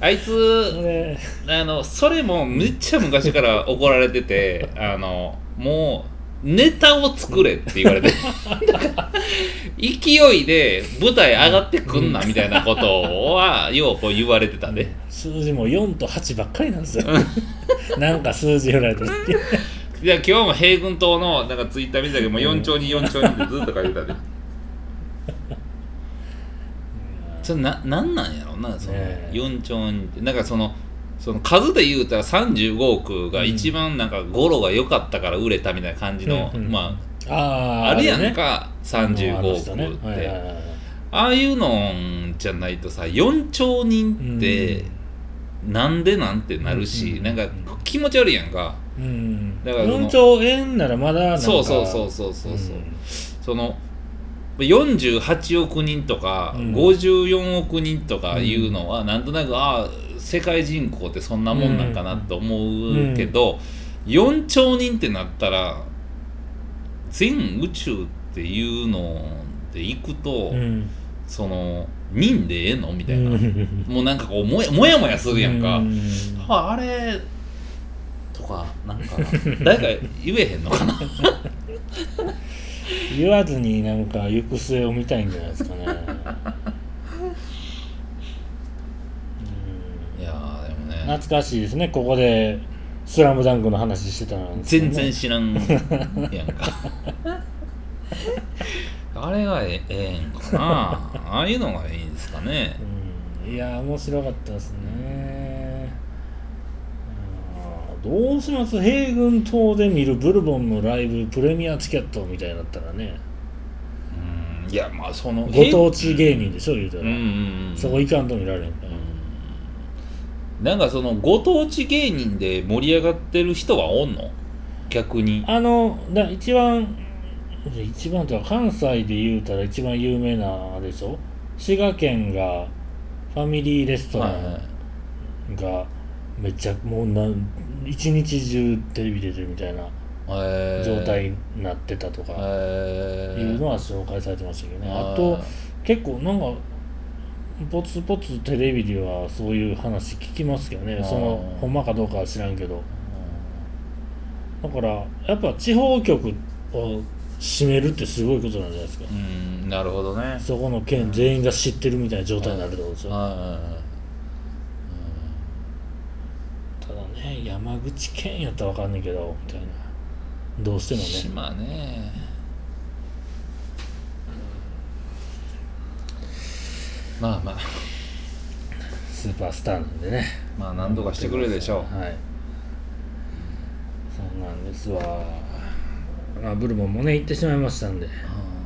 [SPEAKER 1] あいつ
[SPEAKER 2] で
[SPEAKER 1] あのそれもめっちゃ昔から怒られててあのもうネタを作れって言われ て勢いで舞台上がってくんなみたいなことはようこう言われてたね
[SPEAKER 2] 数字も4と8ばっかりなんですよ なんか数字言られて
[SPEAKER 1] いや今日も平軍党のなんかツイッター見てたけどもう4兆に4兆にってずっと書いてたでそれななんなんやろうなその
[SPEAKER 2] ねえ
[SPEAKER 1] 4兆人ってなんかそのその数で言うたら35億が一番なんか語呂が良かったから売れたみたいな感じの、
[SPEAKER 2] うんうん
[SPEAKER 1] ま
[SPEAKER 2] あ
[SPEAKER 1] あ
[SPEAKER 2] あ
[SPEAKER 1] あるやん
[SPEAKER 2] ね
[SPEAKER 1] か、
[SPEAKER 2] あ
[SPEAKER 1] 35
[SPEAKER 2] の
[SPEAKER 1] 億っ
[SPEAKER 2] 人
[SPEAKER 1] て、
[SPEAKER 2] ねはいはいはいはい
[SPEAKER 1] ああいうのじゃないとさ4兆人ってなんでなんてなるし、
[SPEAKER 2] うん
[SPEAKER 1] なんか気持ち悪いやんか
[SPEAKER 2] うん、うん、
[SPEAKER 1] だからその
[SPEAKER 2] 4兆円ならまだなんか
[SPEAKER 1] そうそうそうそうそうそう、
[SPEAKER 2] ん
[SPEAKER 1] その48億人とか、
[SPEAKER 2] うん
[SPEAKER 1] 54億人とかいうのは、なんとなくああ世界人口ってそんなもんなんかなと思うけど、4兆人ってなったら全宇宙っていうので行くと、
[SPEAKER 2] うん
[SPEAKER 1] その人でええのみたいな、
[SPEAKER 2] うん
[SPEAKER 1] もうなんかこうもやもやもやするやんか、
[SPEAKER 2] うん
[SPEAKER 1] ああれとかなんか 誰か言えへんのかな
[SPEAKER 2] 言わずになんか行く末を見たいんじゃないですかね懐かしいですねここで「スラムダンクの話してたのに、
[SPEAKER 1] 全然知らんやんか あれがえええんかなああいうのがいいんですかね
[SPEAKER 2] うんいや面白かったですねうんどうします平軍島で見るブルボンのライブプレミアチケットみたいになったらね
[SPEAKER 1] うんいやまあその
[SPEAKER 2] ご当地芸人でしょ言うた
[SPEAKER 1] う
[SPEAKER 2] ら、
[SPEAKER 1] んうんうん
[SPEAKER 2] そこ行かんと見られへんから、
[SPEAKER 1] うんなんかそのご当地芸人で盛り上がってる人はおんの逆に
[SPEAKER 2] あのだ一番一番とは関西で言うたら一番有名なあれでしょ滋賀県がファミリーレストラ
[SPEAKER 1] はいはい
[SPEAKER 2] ンがめっちゃもうなん一日中テレビ出てるみたいな
[SPEAKER 1] えー
[SPEAKER 2] 状態になってたとか
[SPEAKER 1] えー
[SPEAKER 2] いうのは紹介されてましたけどね、
[SPEAKER 1] あー
[SPEAKER 2] あと結構なんかポツポツテレビではそういう話聞きますけどね
[SPEAKER 1] あー
[SPEAKER 2] そのほんまかどうかは知らんけどだからやっぱ地方局を占めるってすごいことなんじゃないですか
[SPEAKER 1] うんなるほどね
[SPEAKER 2] そこの県全員が知ってるみたいな状態になるってことですよ
[SPEAKER 1] あ
[SPEAKER 2] ただね山口県やったらわかんないけどみたいなどうしてもね
[SPEAKER 1] 島ねまあまあ
[SPEAKER 2] スーパースターなんでね
[SPEAKER 1] まあ何とかしてくれるでしょ
[SPEAKER 2] はいそうなんですわまあブルボンもね行ってしまいましたんで
[SPEAKER 1] う、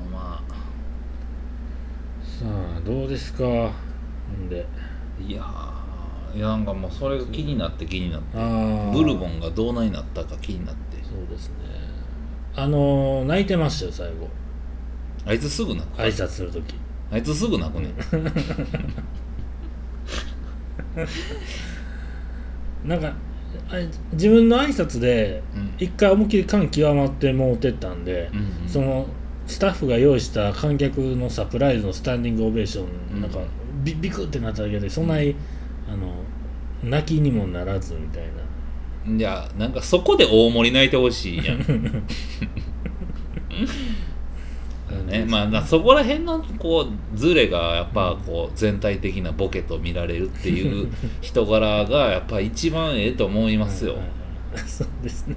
[SPEAKER 1] うんまあ
[SPEAKER 2] さあどうですかんで
[SPEAKER 1] いやーいやなんかもうそれが気になって気になって
[SPEAKER 2] あ
[SPEAKER 1] ブルボ
[SPEAKER 2] ン
[SPEAKER 1] ンがどうなになったか気になって
[SPEAKER 2] そうですねあのー泣いてましたよ最後
[SPEAKER 1] あいつすぐ泣く
[SPEAKER 2] 挨拶する時
[SPEAKER 1] あいつすぐ泣くね
[SPEAKER 2] なんかあれ自分の挨拶で
[SPEAKER 1] うん
[SPEAKER 2] 一回思いっきり感極まってもうてったんで、
[SPEAKER 1] うんうん
[SPEAKER 2] そのスタッフが用意した観客のサプライズのスタンディングオベーション、
[SPEAKER 1] うん
[SPEAKER 2] なんかビビクってなっただけでそんなに、あの泣きにもならずみたいない
[SPEAKER 1] やなんかそこで大盛り泣いてほし いやん ねまあなそこら辺のこうズレがやっぱこう全体的なボケと見られるっていう 人柄がやっぱ一番ええと思いますよ
[SPEAKER 2] はいはいはいそうですね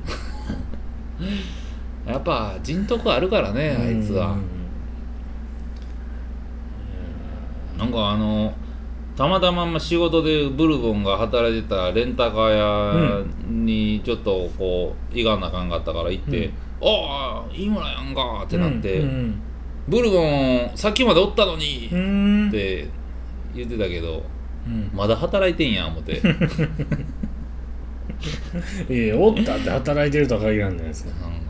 [SPEAKER 1] やっぱ人徳あるからねあいつは
[SPEAKER 2] うん
[SPEAKER 1] なんかあのたまたままあ仕事でブルボンが働いてたレンタカー屋にちょっとこういがなあかんかったから行って「ああ井村やんか」ってなって「
[SPEAKER 2] うん
[SPEAKER 1] ブルボンさっきまでおったのに」
[SPEAKER 2] う
[SPEAKER 1] っ
[SPEAKER 2] ん
[SPEAKER 1] て言ってたけど
[SPEAKER 2] うん
[SPEAKER 1] まだ働いてんや思 って。
[SPEAKER 2] いやおったって働いてるとは限らんじゃないですか
[SPEAKER 1] なんか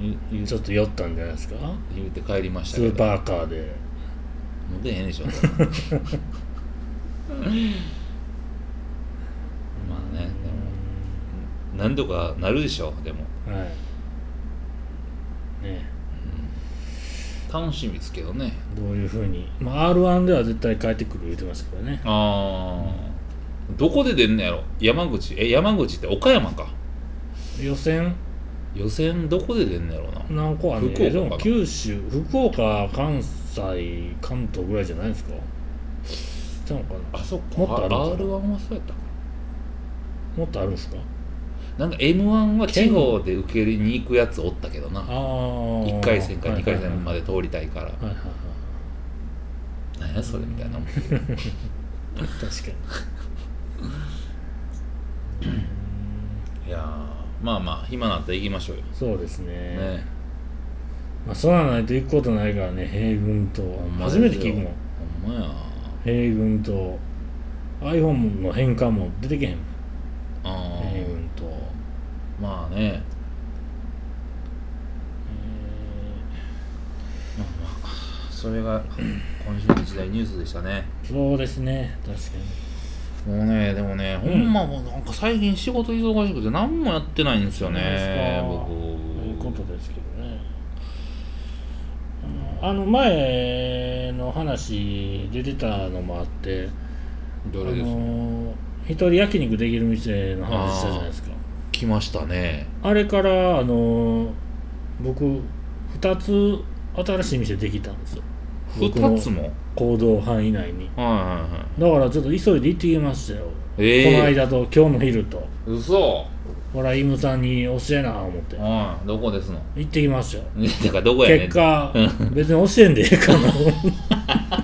[SPEAKER 1] 言う言う
[SPEAKER 2] ちょっと酔ったんじゃないですか
[SPEAKER 1] 言うて帰りました
[SPEAKER 2] ス
[SPEAKER 1] けど
[SPEAKER 2] ーパーカーで
[SPEAKER 1] 飲んでへんで しょまあねでも何とかなるでしょでも
[SPEAKER 2] はいね
[SPEAKER 1] 楽しみですけどね
[SPEAKER 2] どういうふうに、まあ、r 1では絶対帰ってくる言ってましたけどね
[SPEAKER 1] あーどこで出んのやろ山口え山口って岡山か
[SPEAKER 2] 予選
[SPEAKER 1] 予選どこで出んのやろな
[SPEAKER 2] 何個あんねん
[SPEAKER 1] 福岡かな
[SPEAKER 2] でも九州福岡関西関東ぐらいじゃないですかちゃうのかな
[SPEAKER 1] あそっか
[SPEAKER 2] もっとあるのかな
[SPEAKER 1] r 1はそうやったか
[SPEAKER 2] もっとあるんですか
[SPEAKER 1] なんか m 1は地方で受けに行くやつおったけどな
[SPEAKER 2] ああ
[SPEAKER 1] 1回戦か2回戦ま
[SPEAKER 2] で
[SPEAKER 1] で通りたいから
[SPEAKER 2] はいはいはい
[SPEAKER 1] 何やそれみたいな もん
[SPEAKER 2] はい確かに
[SPEAKER 1] いやーまあまあ暇なったら行きましょうよ、
[SPEAKER 2] そうですね
[SPEAKER 1] ね
[SPEAKER 2] まあ、そうならないと行くことないからね平軍と
[SPEAKER 1] ほんまです
[SPEAKER 2] 初
[SPEAKER 1] よ
[SPEAKER 2] めて聞くもん
[SPEAKER 1] ほんまや
[SPEAKER 2] 平軍と iPhone の変換も出てけへん
[SPEAKER 1] あー
[SPEAKER 2] 平軍と
[SPEAKER 1] まあねまあまあそれが 今週の時代ニュースでしたね
[SPEAKER 2] そうですね確か
[SPEAKER 1] もうねでもね、ほんまもうなんか最近仕事忙しくて何もやってないんですよね僕
[SPEAKER 2] にということですけどねあの前の話出てたのもあって
[SPEAKER 1] どれ
[SPEAKER 2] あ
[SPEAKER 1] ですか、
[SPEAKER 2] の一人焼肉できる店の話したじゃないですか
[SPEAKER 1] 来ましたね
[SPEAKER 2] あれからあの僕2つ新しい店できたんですよ僕の
[SPEAKER 1] 2つも
[SPEAKER 2] 行動範囲内に
[SPEAKER 1] はいはいはい
[SPEAKER 2] だからちょっと急いで行ってきましたよ
[SPEAKER 1] ええ
[SPEAKER 2] こ
[SPEAKER 1] え
[SPEAKER 2] の間と今日の昼と
[SPEAKER 1] ー、嘘
[SPEAKER 2] ほらイムさんに教えな思って
[SPEAKER 1] うんどこですの
[SPEAKER 2] 行ってきましたよ
[SPEAKER 1] だからどこやねん
[SPEAKER 2] 結果
[SPEAKER 1] うん
[SPEAKER 2] 別に教えんでええか な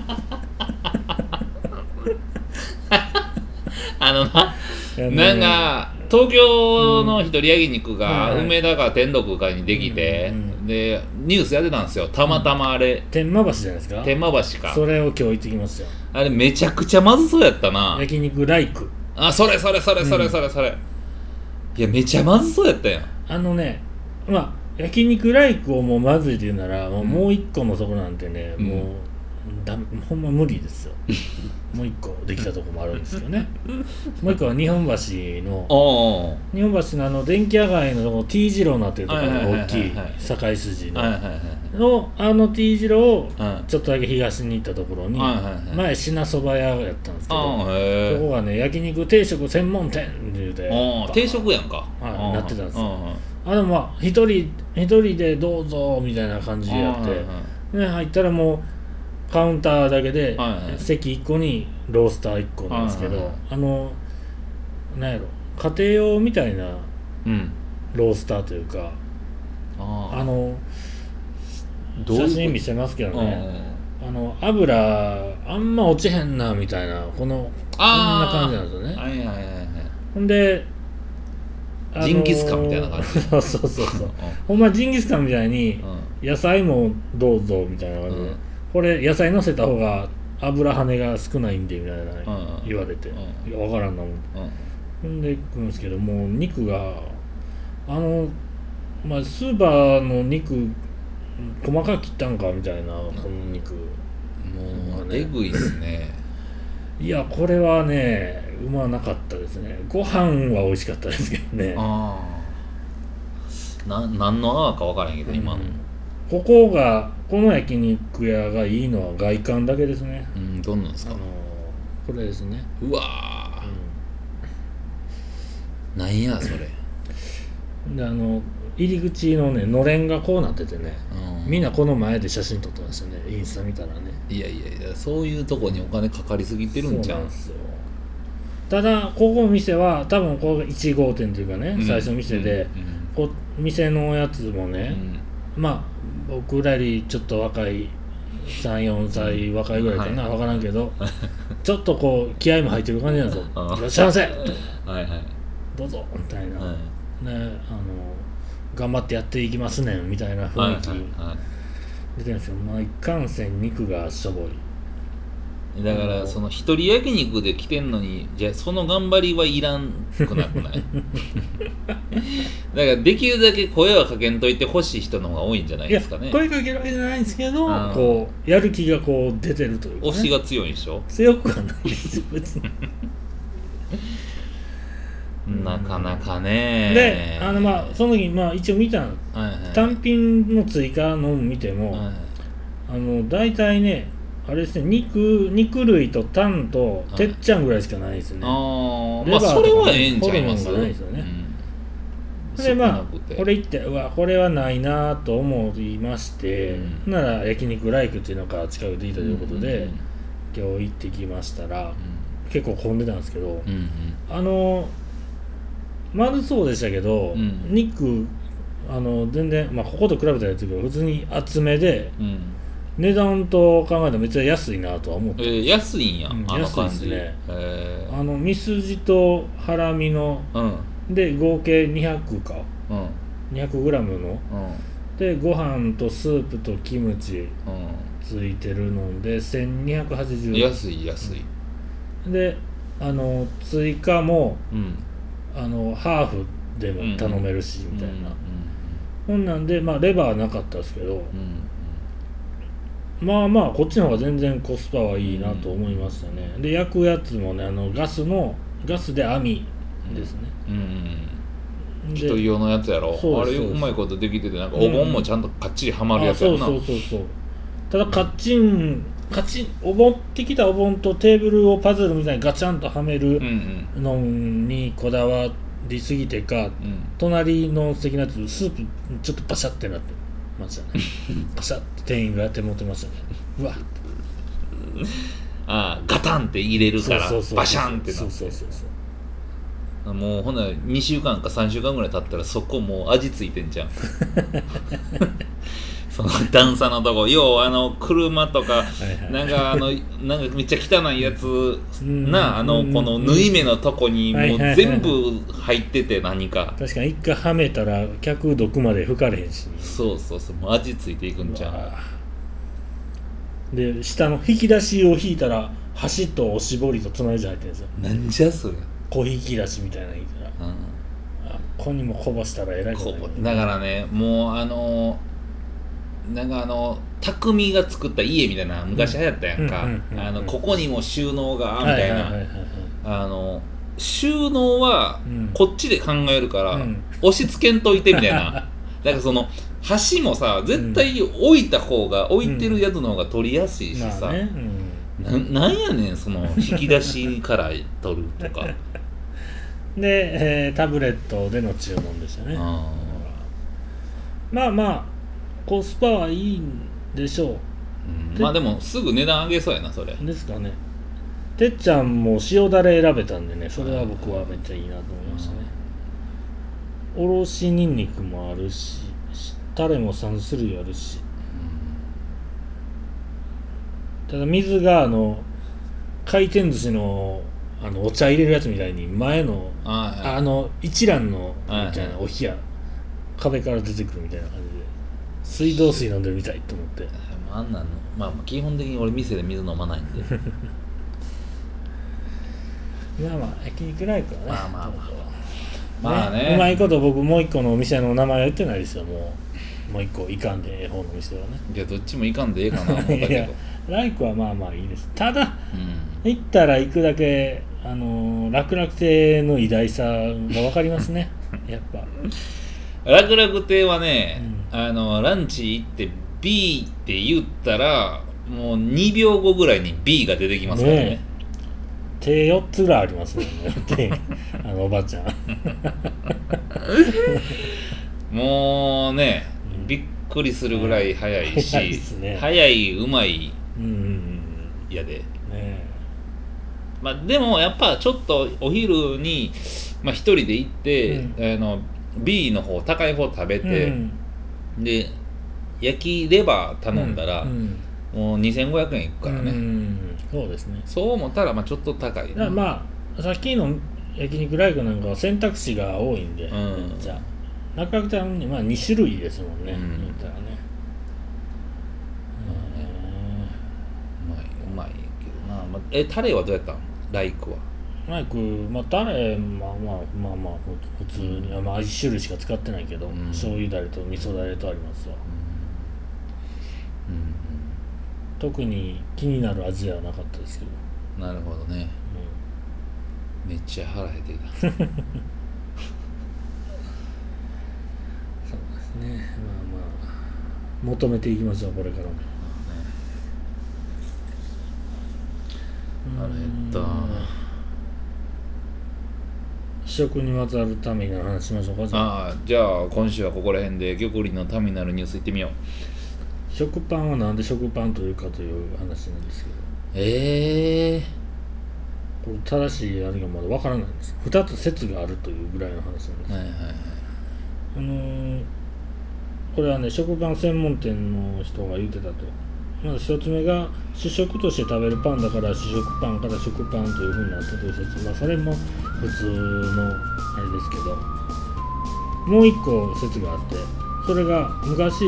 [SPEAKER 1] あのな
[SPEAKER 2] やね
[SPEAKER 1] なんか東京の一人焼肉が
[SPEAKER 2] うん
[SPEAKER 1] 梅田か天禄かにできて、
[SPEAKER 2] うんう
[SPEAKER 1] でニュースやってたんですよたまたまあれ、
[SPEAKER 2] 天満橋じゃないですか
[SPEAKER 1] 天満橋か
[SPEAKER 2] それを今日行ってきましたよ
[SPEAKER 1] あれめちゃくちゃまずそうやったな
[SPEAKER 2] 焼肉ライク
[SPEAKER 1] あそれそれそれそれそれそれ、いやめちゃまずそうやったやん
[SPEAKER 2] あのねまあ焼肉ライクをもうまずいって言うならもう,、
[SPEAKER 1] うん
[SPEAKER 2] もう一個のとこなんてね、
[SPEAKER 1] うん
[SPEAKER 2] もうだほんま無 理ですよもう一個できたとこもあるんですけどねもう一個は日本橋の
[SPEAKER 1] おうおう
[SPEAKER 2] 日本橋のあの電気屋街のとこ T 字路になってるところ
[SPEAKER 1] はいはいはいはい
[SPEAKER 2] 大きい堺筋の、
[SPEAKER 1] はいはいはい
[SPEAKER 2] のあの T 字路を
[SPEAKER 1] はい
[SPEAKER 2] ちょっとだけ東に行ったところに、
[SPEAKER 1] はいはいはい
[SPEAKER 2] 前品そば屋やったんですけど、
[SPEAKER 1] ああ
[SPEAKER 2] そこ
[SPEAKER 1] へ
[SPEAKER 2] がね焼肉定食専門店って言うて
[SPEAKER 1] えおう定食やんか、
[SPEAKER 2] はい
[SPEAKER 1] うん
[SPEAKER 2] なってたんですよ
[SPEAKER 1] うんうん
[SPEAKER 2] あでもまあ一人一人でどうぞみたいな感じでやって、ね、入ったらもうカウンターだけで、
[SPEAKER 1] はいはい
[SPEAKER 2] 席1個にロースター1個なんですけど、
[SPEAKER 1] はいはいはい
[SPEAKER 2] あのなんやろ家庭用みたいな
[SPEAKER 1] うんうん
[SPEAKER 2] ロースターというか
[SPEAKER 1] ああ
[SPEAKER 2] あの
[SPEAKER 1] どういうこ
[SPEAKER 2] 写
[SPEAKER 1] と
[SPEAKER 2] 真見せますけど
[SPEAKER 1] うんうん
[SPEAKER 2] ね、あの油あんま落ちへんなみたいなこのこん
[SPEAKER 1] あ
[SPEAKER 2] な感じなん
[SPEAKER 1] ー
[SPEAKER 2] ですよね
[SPEAKER 1] はいはいはいはい
[SPEAKER 2] ほんで、あのー
[SPEAKER 1] ジンギスカンみたいな感じ
[SPEAKER 2] そうそうそうそうほんまジンギスカンみたいに
[SPEAKER 1] うんうん
[SPEAKER 2] 野菜もどうぞみたいな感じで、
[SPEAKER 1] うん
[SPEAKER 2] これ野菜乗せた方が油跳ねが少ないんでみたいな
[SPEAKER 1] うん
[SPEAKER 2] 言われて、
[SPEAKER 1] うん
[SPEAKER 2] いや分からんなもん
[SPEAKER 1] うん
[SPEAKER 2] ほんで食うんですけどもう肉があの、まあ、スーパーの肉細かく切ったんかみたいなこの肉
[SPEAKER 1] もう
[SPEAKER 2] ね
[SPEAKER 1] えぐいっすね
[SPEAKER 2] いやこれはねうまなかったですねご飯は美味しかったですけどね
[SPEAKER 1] ああな何の泡か分からへんけど今の、
[SPEAKER 2] うんここがこの焼肉屋がいいのは外観だけですね
[SPEAKER 1] うん、どんなんです
[SPEAKER 2] あ
[SPEAKER 1] か
[SPEAKER 2] のこれですね、
[SPEAKER 1] うわーなんやそれ、
[SPEAKER 2] であの入り口のねのれんがこうなっててね
[SPEAKER 1] うん、
[SPEAKER 2] みんなこの前で写真撮ってましたねインスタ見たらね
[SPEAKER 1] いやいやいやそういうとこにお金かかりすぎてるんじゃ
[SPEAKER 2] そうなんんですよただここの店は多分ここが1号店というかね、
[SPEAKER 1] うん
[SPEAKER 2] 最初の店で、
[SPEAKER 1] うん
[SPEAKER 2] こ店のやつも
[SPEAKER 1] う
[SPEAKER 2] ね、
[SPEAKER 1] ん
[SPEAKER 2] まあ僕らよりちょっと若い34歳若いぐらいかな、
[SPEAKER 1] はい
[SPEAKER 2] 分からんけどちょっとこう気合も入ってる感じなんですよ
[SPEAKER 1] ああ
[SPEAKER 2] 「いらっしゃいませ!」
[SPEAKER 1] はいはい
[SPEAKER 2] どうぞみたいな、
[SPEAKER 1] はい
[SPEAKER 2] ねあの頑張ってやっていきますねんみたいな
[SPEAKER 1] はい
[SPEAKER 2] 雰囲気
[SPEAKER 1] は
[SPEAKER 2] 出てるんですけど、まあ、いかんせん肉がしょぼい
[SPEAKER 1] いだからその一人焼肉で来てんのにじゃあその頑張りはいらんくな くないだからできるだけ声はかけんといてほしい人の方が多いんじゃない
[SPEAKER 2] いや
[SPEAKER 1] ですかね
[SPEAKER 2] 声かけるわけじゃないんですけど
[SPEAKER 1] うん
[SPEAKER 2] こうやる気がこう出てるというか、ね、
[SPEAKER 1] 推しが強いでしょ
[SPEAKER 2] 強くはな いですよ別にうん
[SPEAKER 1] なかなかね
[SPEAKER 2] であのまあその時まあ一応見たん
[SPEAKER 1] はいはい
[SPEAKER 2] 単品の追加のも見ても、
[SPEAKER 1] はい
[SPEAKER 2] あの大体ねあれですね肉肉類とタンと
[SPEAKER 1] はい
[SPEAKER 2] てっちゃんぐらいしかないですね、
[SPEAKER 1] ああ
[SPEAKER 2] レ
[SPEAKER 1] まあ
[SPEAKER 2] バーとかね
[SPEAKER 1] それはええんちゃいます
[SPEAKER 2] ホルモンがないですよね
[SPEAKER 1] うん
[SPEAKER 2] でまあ
[SPEAKER 1] 少なくて
[SPEAKER 2] これ行ってうわこれはないなと思いまして、
[SPEAKER 1] う
[SPEAKER 2] なら焼肉ライクっていうのが近くでいたということで、
[SPEAKER 1] うん
[SPEAKER 2] 今日行ってきましたら結構混んでたんですけど、
[SPEAKER 1] うんうん
[SPEAKER 2] あの丸そうでしたけど、
[SPEAKER 1] うん
[SPEAKER 2] 肉あの全然、まあ、ここと比べたらやつけど普通に厚めで
[SPEAKER 1] うんうん
[SPEAKER 2] 値段と考えたらめっちゃ安いなとは思っ
[SPEAKER 1] え
[SPEAKER 2] て、
[SPEAKER 1] ー安いんやあ
[SPEAKER 2] うん
[SPEAKER 1] の感じ
[SPEAKER 2] 安いっすね
[SPEAKER 1] へえ
[SPEAKER 2] あのミスジとハラミの
[SPEAKER 1] うん
[SPEAKER 2] で合計200か
[SPEAKER 1] うん
[SPEAKER 2] 200g の
[SPEAKER 1] うん
[SPEAKER 2] でご飯とスープとキムチ
[SPEAKER 1] う
[SPEAKER 2] ついてるので1280
[SPEAKER 1] ん
[SPEAKER 2] 円
[SPEAKER 1] 安い安い
[SPEAKER 2] であの追加も
[SPEAKER 1] うん
[SPEAKER 2] あのハーフでも頼めるし、みたい
[SPEAKER 1] う
[SPEAKER 2] な、
[SPEAKER 1] ん
[SPEAKER 2] ほんなんでまあレバーはなかったですけど、
[SPEAKER 1] うんうん
[SPEAKER 2] まあまあこっちの方が全然コスパはいいなと思いましたね、で焼くやつもねあのガスのガスで網
[SPEAKER 1] うん
[SPEAKER 2] ですね、
[SPEAKER 1] うんうん
[SPEAKER 2] で
[SPEAKER 1] 一人用のやつやろ
[SPEAKER 2] そう
[SPEAKER 1] あ
[SPEAKER 2] で
[SPEAKER 1] れ
[SPEAKER 2] すそう
[SPEAKER 1] う
[SPEAKER 2] です
[SPEAKER 1] まいことできててなんかお盆もちゃんとかっちりはまるや
[SPEAKER 2] あ
[SPEAKER 1] つや
[SPEAKER 2] そ
[SPEAKER 1] ろ
[SPEAKER 2] う
[SPEAKER 1] な
[SPEAKER 2] そうそうそうただカッチンカチンお盆ってきたお盆とテーブルをパズルみたいにガチャンとはめ
[SPEAKER 1] う
[SPEAKER 2] る
[SPEAKER 1] ん
[SPEAKER 2] のにこだわりすぎてか
[SPEAKER 1] うんうん
[SPEAKER 2] 隣の素敵なやつスープちょっとパシャってなってましたねパシャって店員がやって持ってましたねうわ
[SPEAKER 1] ああガタンって入れるから
[SPEAKER 2] そうそうそうそう
[SPEAKER 1] バシャンってなって
[SPEAKER 2] そうそうそうそう
[SPEAKER 1] もうほんなら2週間か3週間ぐらい経ったらそこもう味ついてん じゃんその段差のとこようあの車とか
[SPEAKER 2] はいはい
[SPEAKER 1] なんかあのなんかめっちゃ汚いやつ
[SPEAKER 2] うん
[SPEAKER 1] なあの
[SPEAKER 2] うん
[SPEAKER 1] この縫い目のとこに
[SPEAKER 2] はい
[SPEAKER 1] もう
[SPEAKER 2] はいはい
[SPEAKER 1] 全部入ってて何か
[SPEAKER 2] 確かに一回はめたら客毒まで吹かれへんし
[SPEAKER 1] そうそうそうもう味ついていくんじゃ
[SPEAKER 2] うんわーで下の引き出しを引いたら箸とおしぼりとつまようじ入ってるんですよ
[SPEAKER 1] なんじゃそれ、
[SPEAKER 2] 小引き出しみたいなの引いたら
[SPEAKER 1] う
[SPEAKER 2] あここにもこぼしたらえらい
[SPEAKER 1] ん、
[SPEAKER 2] こと
[SPEAKER 1] こ
[SPEAKER 2] になる
[SPEAKER 1] うだからねもうあのなんかあの匠が作った家みたいな昔流行ったやんか
[SPEAKER 2] うんうんうんうん
[SPEAKER 1] あのここにも収納がみ
[SPEAKER 2] は
[SPEAKER 1] た
[SPEAKER 2] いはいい
[SPEAKER 1] な、
[SPEAKER 2] はいはいはい
[SPEAKER 1] あの収納は
[SPEAKER 2] うん
[SPEAKER 1] こっちで考えるから、
[SPEAKER 2] うん
[SPEAKER 1] 押し付けんといてみたい なだからその箸もさ絶対置いた方が、置いてるやつの方が取りやすいしさ、
[SPEAKER 2] まあね、うん、
[SPEAKER 1] ななんやねんその引き出しから取ると か
[SPEAKER 2] で、えータブレットでの注文でしたね
[SPEAKER 1] あ
[SPEAKER 2] まあまあコスパはいいんでしょ
[SPEAKER 1] ーうんまあでもすぐ値段上げそうやなそれ
[SPEAKER 2] うですかねてっちゃんも塩だれ選べたんでねそれは僕はめっちゃいいなと思いましたねおろしにんにくもあるしタレも3種類あるしただ水があの回転寿司のあのお茶入れるやつみたいに前の
[SPEAKER 1] あ
[SPEAKER 2] あの一覧のみ
[SPEAKER 1] はい
[SPEAKER 2] たいなお冷や壁から出てくるみたいな感じで水道水飲んでるみたいと思って
[SPEAKER 1] ああんなんのまあ基本的に俺店で水飲まない んで
[SPEAKER 2] まあまあ焼肉ライクはね
[SPEAKER 1] まあまあまあ
[SPEAKER 2] ところ
[SPEAKER 1] まあね
[SPEAKER 2] うまいこと僕もう一個のお店の名前は言ってないですよもうもう一個いかんでええ方のお店はね
[SPEAKER 1] いやどっちもいかんでええかな思ったけ
[SPEAKER 2] いや
[SPEAKER 1] ど、
[SPEAKER 2] ライクはまあまあいいですただ
[SPEAKER 1] うん、
[SPEAKER 2] 行ったら行くだけあのー楽々亭の偉大さが分かりま すねやっぱ
[SPEAKER 1] 楽々亭はね、
[SPEAKER 2] う
[SPEAKER 1] あのランチ行って B って言ったらもう2秒後ぐらいに B が出てきますからね
[SPEAKER 2] ね手4つぐらいありますね 手あのおばちゃん
[SPEAKER 1] もうね
[SPEAKER 2] うん
[SPEAKER 1] びっくりするぐらい早いし、
[SPEAKER 2] 早いっすね
[SPEAKER 1] 早いうまい
[SPEAKER 2] うんうんうん
[SPEAKER 1] やで、
[SPEAKER 2] ねえ
[SPEAKER 1] まあ、でもやっぱちょっとお昼に、まあ、一人で行って、あの B の方高い方食べて、で焼きレバー頼んだら、
[SPEAKER 2] ううん
[SPEAKER 1] もう2500円いくからね、
[SPEAKER 2] うんそうですね
[SPEAKER 1] そう思ったらまあちょっと高い
[SPEAKER 2] だからまあさっきの焼肉ライクなんかは選択肢が多いんで、
[SPEAKER 1] うん
[SPEAKER 2] じゃあ中川店にまあ2種類ですもんね、
[SPEAKER 1] うん
[SPEAKER 2] 言ったらね、
[SPEAKER 1] うまいうまいけどな、まあ、えタレはどうやったんライクは
[SPEAKER 2] うんマイクまあタレまあまあまあまあ普普通にまあ1種類しか使ってないけど、
[SPEAKER 1] うん
[SPEAKER 2] 醤油だれと味噌だれとありますわ
[SPEAKER 1] うん、
[SPEAKER 2] 特に気になる味ではなかったですけど、
[SPEAKER 1] なるほどねめっちゃ腹減ってき た
[SPEAKER 2] そうですねまあまあ求めていきましょうこれからも
[SPEAKER 1] 腹減った
[SPEAKER 2] 食にまつわるために話しましょうかじゃあ
[SPEAKER 1] ああじゃあ今週はここら辺で玉林のターミナルニュース行ってみよう
[SPEAKER 2] 食パンはなんで食パンというかという話なんですけ
[SPEAKER 1] ええ
[SPEAKER 2] どこれ正しいあれがまだわからないんです2つ説があるというぐらいの話なんです、
[SPEAKER 1] はいはいはい
[SPEAKER 2] あのーこれはね食パン専門店の人が言ってたとまず1つ目が主食として食べるパンだから主食パンから食パンというふうになったという説まあそれも普通のあれですけどもう一個説があってそれが昔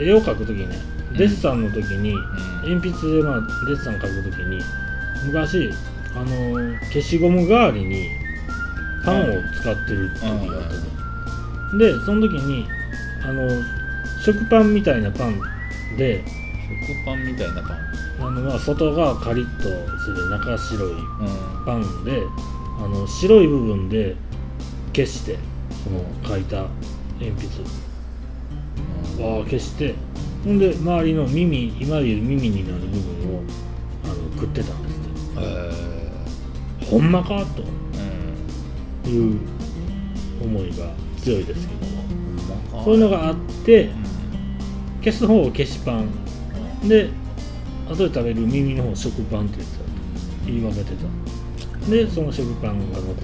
[SPEAKER 2] 絵を描く時ね
[SPEAKER 1] うん
[SPEAKER 2] デッサンの時に、
[SPEAKER 1] うん
[SPEAKER 2] 鉛筆で、まあ、デッサン描くときに昔、あのー消しゴム代わりにパンを使ってる時があったとでその時に、あのー食パンみたいなパンで
[SPEAKER 1] 食パンみたいなパン
[SPEAKER 2] あの、まあ、外側カリッとしてて中白い
[SPEAKER 1] うん
[SPEAKER 2] パンであの白い部分で消してその描いた鉛筆輪を消してほんで周りの耳今でいう耳になる部分をあの食ってたんですっ
[SPEAKER 1] ええ
[SPEAKER 2] てほんまか
[SPEAKER 1] うん
[SPEAKER 2] という思いが強いですけども
[SPEAKER 1] うま
[SPEAKER 2] そういうの
[SPEAKER 1] が
[SPEAKER 2] があって
[SPEAKER 1] うん
[SPEAKER 2] 消す方を消しパンで後で食べる耳の方を食パンって言ってた言い分けてたでその食パンが残った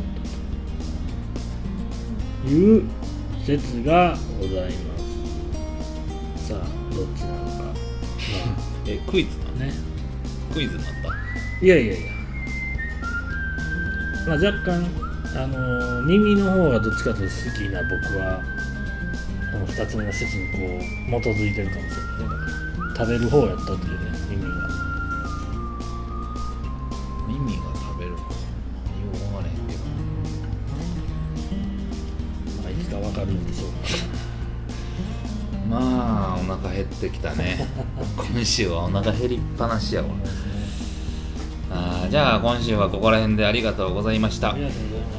[SPEAKER 2] いう説がございますさあどっちなのか
[SPEAKER 1] えクイズな
[SPEAKER 2] まあね
[SPEAKER 1] クイズになった
[SPEAKER 2] いやいやいや、まあ、若干、あのー耳の方がどっちかというと好きな僕はこの2つ目の説にこう基づいてるかもしれないね食べる方やったっていうね耳が
[SPEAKER 1] 耳が食べるのかようわからへんけど
[SPEAKER 2] まあいつかわかるんでしょう
[SPEAKER 1] まあお腹減ってきたね今週はお腹減りっぱなしやわ
[SPEAKER 2] か、ね、
[SPEAKER 1] あーじゃあ今週はここら辺でありがとうございました
[SPEAKER 2] ありがとうございます